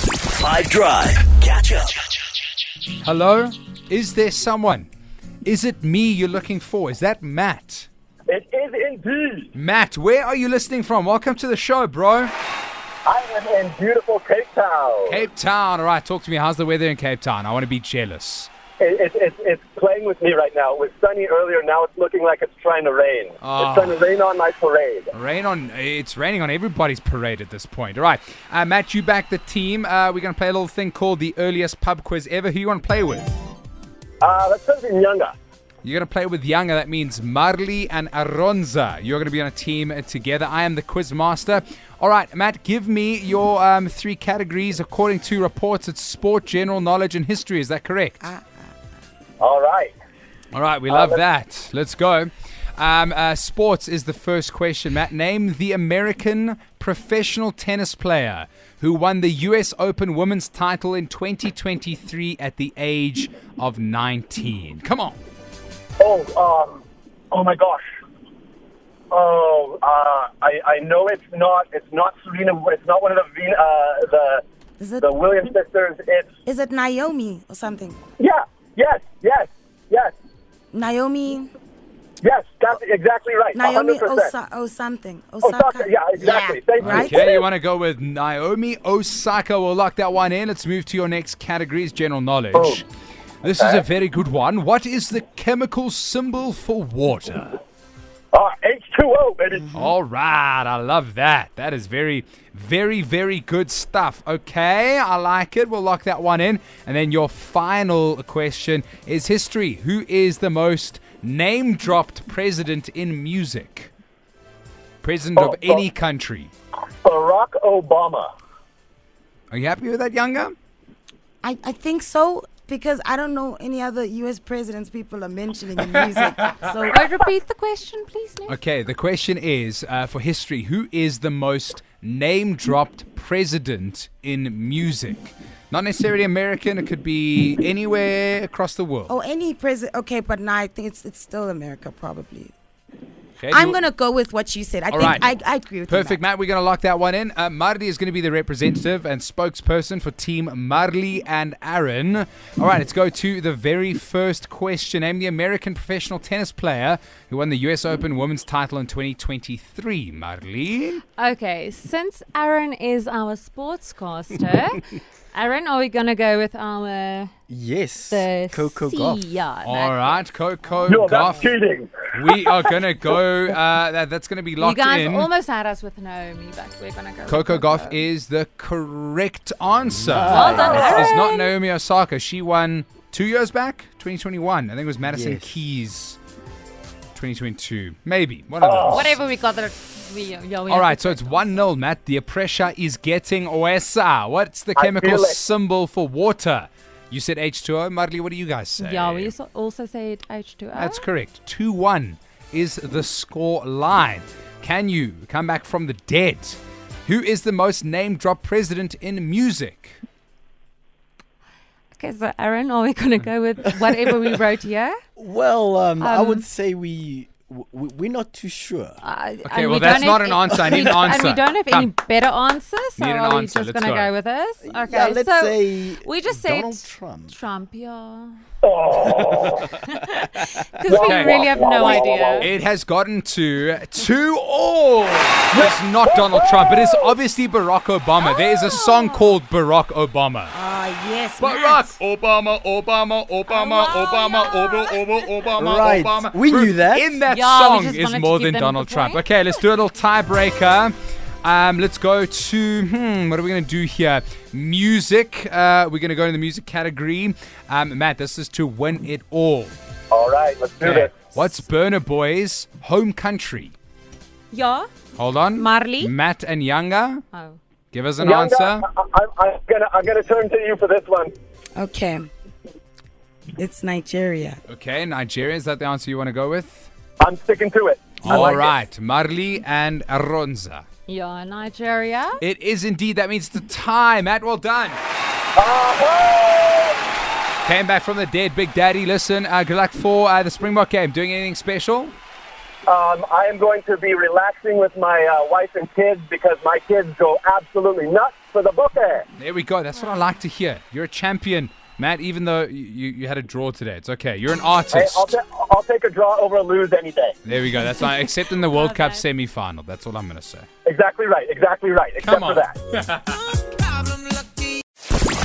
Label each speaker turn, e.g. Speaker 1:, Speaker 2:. Speaker 1: 5 Drive. Catch up.
Speaker 2: Hello? Is there someone? Is it me you're looking for? Is that Matt?
Speaker 3: It is indeed.
Speaker 2: Matt, where are you listening from? Welcome to the show, bro.
Speaker 3: I am in beautiful Cape Town.
Speaker 2: Cape Town. All right, talk to me. How's the weather in Cape Town? I want to be jealous.
Speaker 3: It, it, it, it's playing with me right now. It was sunny earlier. Now it's looking like it's trying to rain.
Speaker 2: Ah.
Speaker 3: It's trying to rain on my parade.
Speaker 2: Rain on. It's raining on everybody's parade at this point. All right, uh, Matt, you back the team. Uh, we're going to play a little thing called the earliest pub quiz ever. Who you want to play with?
Speaker 3: Uh, that's something younger.
Speaker 2: You're going to play with Yanga. That means Marley and Aronza. You're going to be on a team uh, together. I am the quiz master. All right, Matt, give me your um, three categories according to reports. It's sport, general knowledge, and history. Is that correct?
Speaker 3: All right.
Speaker 2: All right, we love that. Let's go. Um, uh, sports is the first question, Matt. Name the American professional tennis player who won the U.S. Open women's title in 2023 at the age of 19. Come on.
Speaker 3: Oh, um, oh my gosh. Oh, uh, I, I know it's not. It's not Serena. It's not one of the Ven- uh, the
Speaker 4: Is it
Speaker 3: the Williams sisters. It's
Speaker 4: is it Naomi or something?
Speaker 3: yeah. Yes. Yes. Yes.
Speaker 4: Naomi
Speaker 3: Yes. That's exactly right.
Speaker 4: Naomi
Speaker 3: 100%.
Speaker 4: Osa- or something. Osaka.
Speaker 3: Osaka, Oh, yeah, exactly. Thank you.
Speaker 4: right?
Speaker 2: Okay, you want to go with Naomi Osaka. We'll lock that one in. Let's move to your next categories general knowledge.
Speaker 3: Oh.
Speaker 2: This is a very good one. What is the chemical symbol for water?
Speaker 3: Ah, H2O, baby.
Speaker 2: All right, I love that. That is very, very, very good stuff. Okay, I like it. We'll lock that one in. And then your final question is history. Who is the most name dropped president in music? President
Speaker 3: Oh,
Speaker 2: of any
Speaker 3: oh.
Speaker 2: country.
Speaker 3: Barack Obama.
Speaker 2: Are you happy with that, Younger?
Speaker 4: I, I think so because I don't know any other U.S. presidents people are mentioning in music. so
Speaker 5: I repeat the question, please. Nick?
Speaker 2: Okay, the question is uh, for history who is the most name dropped president in music? Not necessarily American, it could be anywhere across the world.
Speaker 4: oh, any president. Okay, but now I think it's it's still America probably.
Speaker 2: Okay,
Speaker 4: I'm
Speaker 2: you-
Speaker 4: gonna go with what you said. I
Speaker 2: All right.
Speaker 4: think I, I agree with
Speaker 2: Perfect,
Speaker 4: you.
Speaker 2: Matt. We're going to lock that one in. Uh, Marley is going to be the representative and spokesperson for Team Marley and Aaron. All right, let's go to the very first question. Name the American professional tennis player who won the U.S. Open women's title in 2023. Marley.
Speaker 5: Okay, since Aaron is our sportscaster, Aaron, are we gonna go with our
Speaker 6: Yes.
Speaker 5: the
Speaker 6: Coco
Speaker 5: C?
Speaker 6: Golf.
Speaker 5: Yeah,
Speaker 2: All
Speaker 5: that-
Speaker 2: right, Coco
Speaker 3: No,
Speaker 2: Goff.
Speaker 3: that's cheating.
Speaker 2: We are going to go. Uh, that, that's going to be
Speaker 5: You
Speaker 2: locked
Speaker 5: guys
Speaker 2: in.
Speaker 5: almost had us with Naomi, but we're gonna go.
Speaker 2: Coco
Speaker 5: with
Speaker 2: Goff is the correct answer.
Speaker 6: Well
Speaker 5: done,
Speaker 2: It's- It's not
Speaker 5: Aaron.
Speaker 2: Naomi Osaka. She won two years back, 2021. I think it was Madison
Speaker 6: Yes.
Speaker 2: Keys, 2022. Maybe. One of those.
Speaker 5: Whatever we got, that we, yeah, we
Speaker 2: All
Speaker 5: have
Speaker 2: right,
Speaker 5: to
Speaker 2: so
Speaker 5: go.
Speaker 2: it's 1 0, Matt. The pressure is getting OSA. What's the
Speaker 3: I
Speaker 2: chemical
Speaker 3: feel it.
Speaker 2: symbol for water? You said H2O. Marley, what do you guys say?
Speaker 5: Yeah, we also- also said H2O.
Speaker 2: That's correct. 2 1 is the score line. Can you come back from the dead? Who is the most name drop president in music?
Speaker 5: Okay, so Aaron, are we gonna go with whatever we wrote here?
Speaker 6: Well, um, I
Speaker 5: Um,
Speaker 6: would say we, w- we we're not too sure.
Speaker 5: Uh,
Speaker 2: Okay,
Speaker 5: and
Speaker 2: well,
Speaker 5: we
Speaker 2: that's
Speaker 5: don't
Speaker 2: not
Speaker 5: have
Speaker 2: an
Speaker 5: a-
Speaker 2: answer. I
Speaker 5: we
Speaker 2: need an
Speaker 5: don't-
Speaker 2: answer.
Speaker 5: And we don't have any better answers, so
Speaker 2: Need an
Speaker 5: are we
Speaker 2: answer.
Speaker 5: just
Speaker 2: Let's
Speaker 5: gonna
Speaker 2: go.
Speaker 5: go with this? Okay,
Speaker 6: yeah, let's
Speaker 5: so
Speaker 6: say
Speaker 5: we just said
Speaker 6: Donald Trump.
Speaker 5: Trump, yeah.
Speaker 3: Oh,
Speaker 5: Because
Speaker 2: Okay.
Speaker 5: we really have no idea.
Speaker 2: It has gotten to two all. It's not Donald Trump. It is obviously Barack Obama. There is a song called Barack Obama.
Speaker 4: Ah yes, Matt.
Speaker 2: Barack Obama, Obama, Obama,
Speaker 5: Oh,
Speaker 2: Obama,
Speaker 5: yeah.
Speaker 2: Obama, Obama, Obama,
Speaker 6: Right.
Speaker 2: Obama.
Speaker 6: We knew
Speaker 2: Ruth,
Speaker 6: that.
Speaker 2: In that
Speaker 5: Yeah, we
Speaker 2: song
Speaker 5: just
Speaker 2: is
Speaker 5: wanted
Speaker 2: more
Speaker 5: to give
Speaker 2: than
Speaker 5: them
Speaker 2: Donald
Speaker 5: the
Speaker 2: Trump.
Speaker 5: point.
Speaker 2: Okay, let's do a little tiebreaker. Um, let's go to hmm, what are we going to do here? Music. Uh, we're going to go in the music category. Um, Matt, this is to win it all.
Speaker 3: all right, let's do
Speaker 2: Okay.
Speaker 3: this.
Speaker 2: What's Burner Boy's home country?
Speaker 5: Yeah?
Speaker 2: Hold on.
Speaker 5: Marley?
Speaker 2: Matt and Yanga,
Speaker 5: Oh.
Speaker 2: give us an
Speaker 3: Yanga,
Speaker 2: answer.
Speaker 3: I, I, I'm gonna, I'm gonna turn to you for this one.
Speaker 4: Okay. It's Nigeria.
Speaker 2: Okay, Nigeria, is that the answer you want to go with?
Speaker 3: I'm sticking to it. I
Speaker 2: All
Speaker 3: like it.
Speaker 2: right, Marley and Aronza.
Speaker 5: Yeah, Nigeria.
Speaker 2: It is indeed. That means the time. Matt, well done.
Speaker 3: Ah,
Speaker 2: Came back from the dead, Big Daddy. Listen, uh, good luck for uh, the Springbok game. Doing anything special?
Speaker 3: oh! Um, I am going to be relaxing with my uh, wife and kids because my kids go absolutely nuts for the bouquet.
Speaker 2: There we go. That's what I like to hear. You're a champion, Matt. Even though you, you you had a draw today, it's okay. You're an
Speaker 3: Hey,
Speaker 2: artist.
Speaker 3: I'll, ta- I'll take a draw over a lose any day.
Speaker 2: There we go. That's not, except in the World Cup semi-final. That's all I'm gonna say.
Speaker 3: Exactly right. Exactly right. Except
Speaker 2: Come on.
Speaker 3: for that.